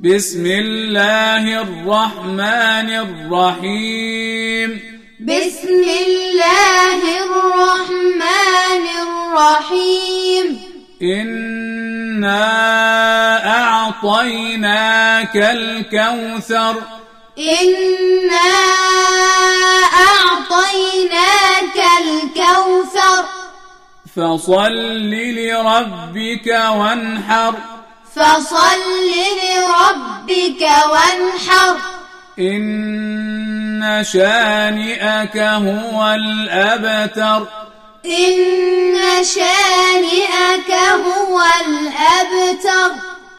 بسم الله الرحمن الرحيم بسم الله الرحمن الرحيم إنا أعطيناك الكوثر إنا أعطيناك الكوثر فصل لربك وانحر فصل لربك وانحر إن شانئك هو الأبتر إن شانئك هو الأبتر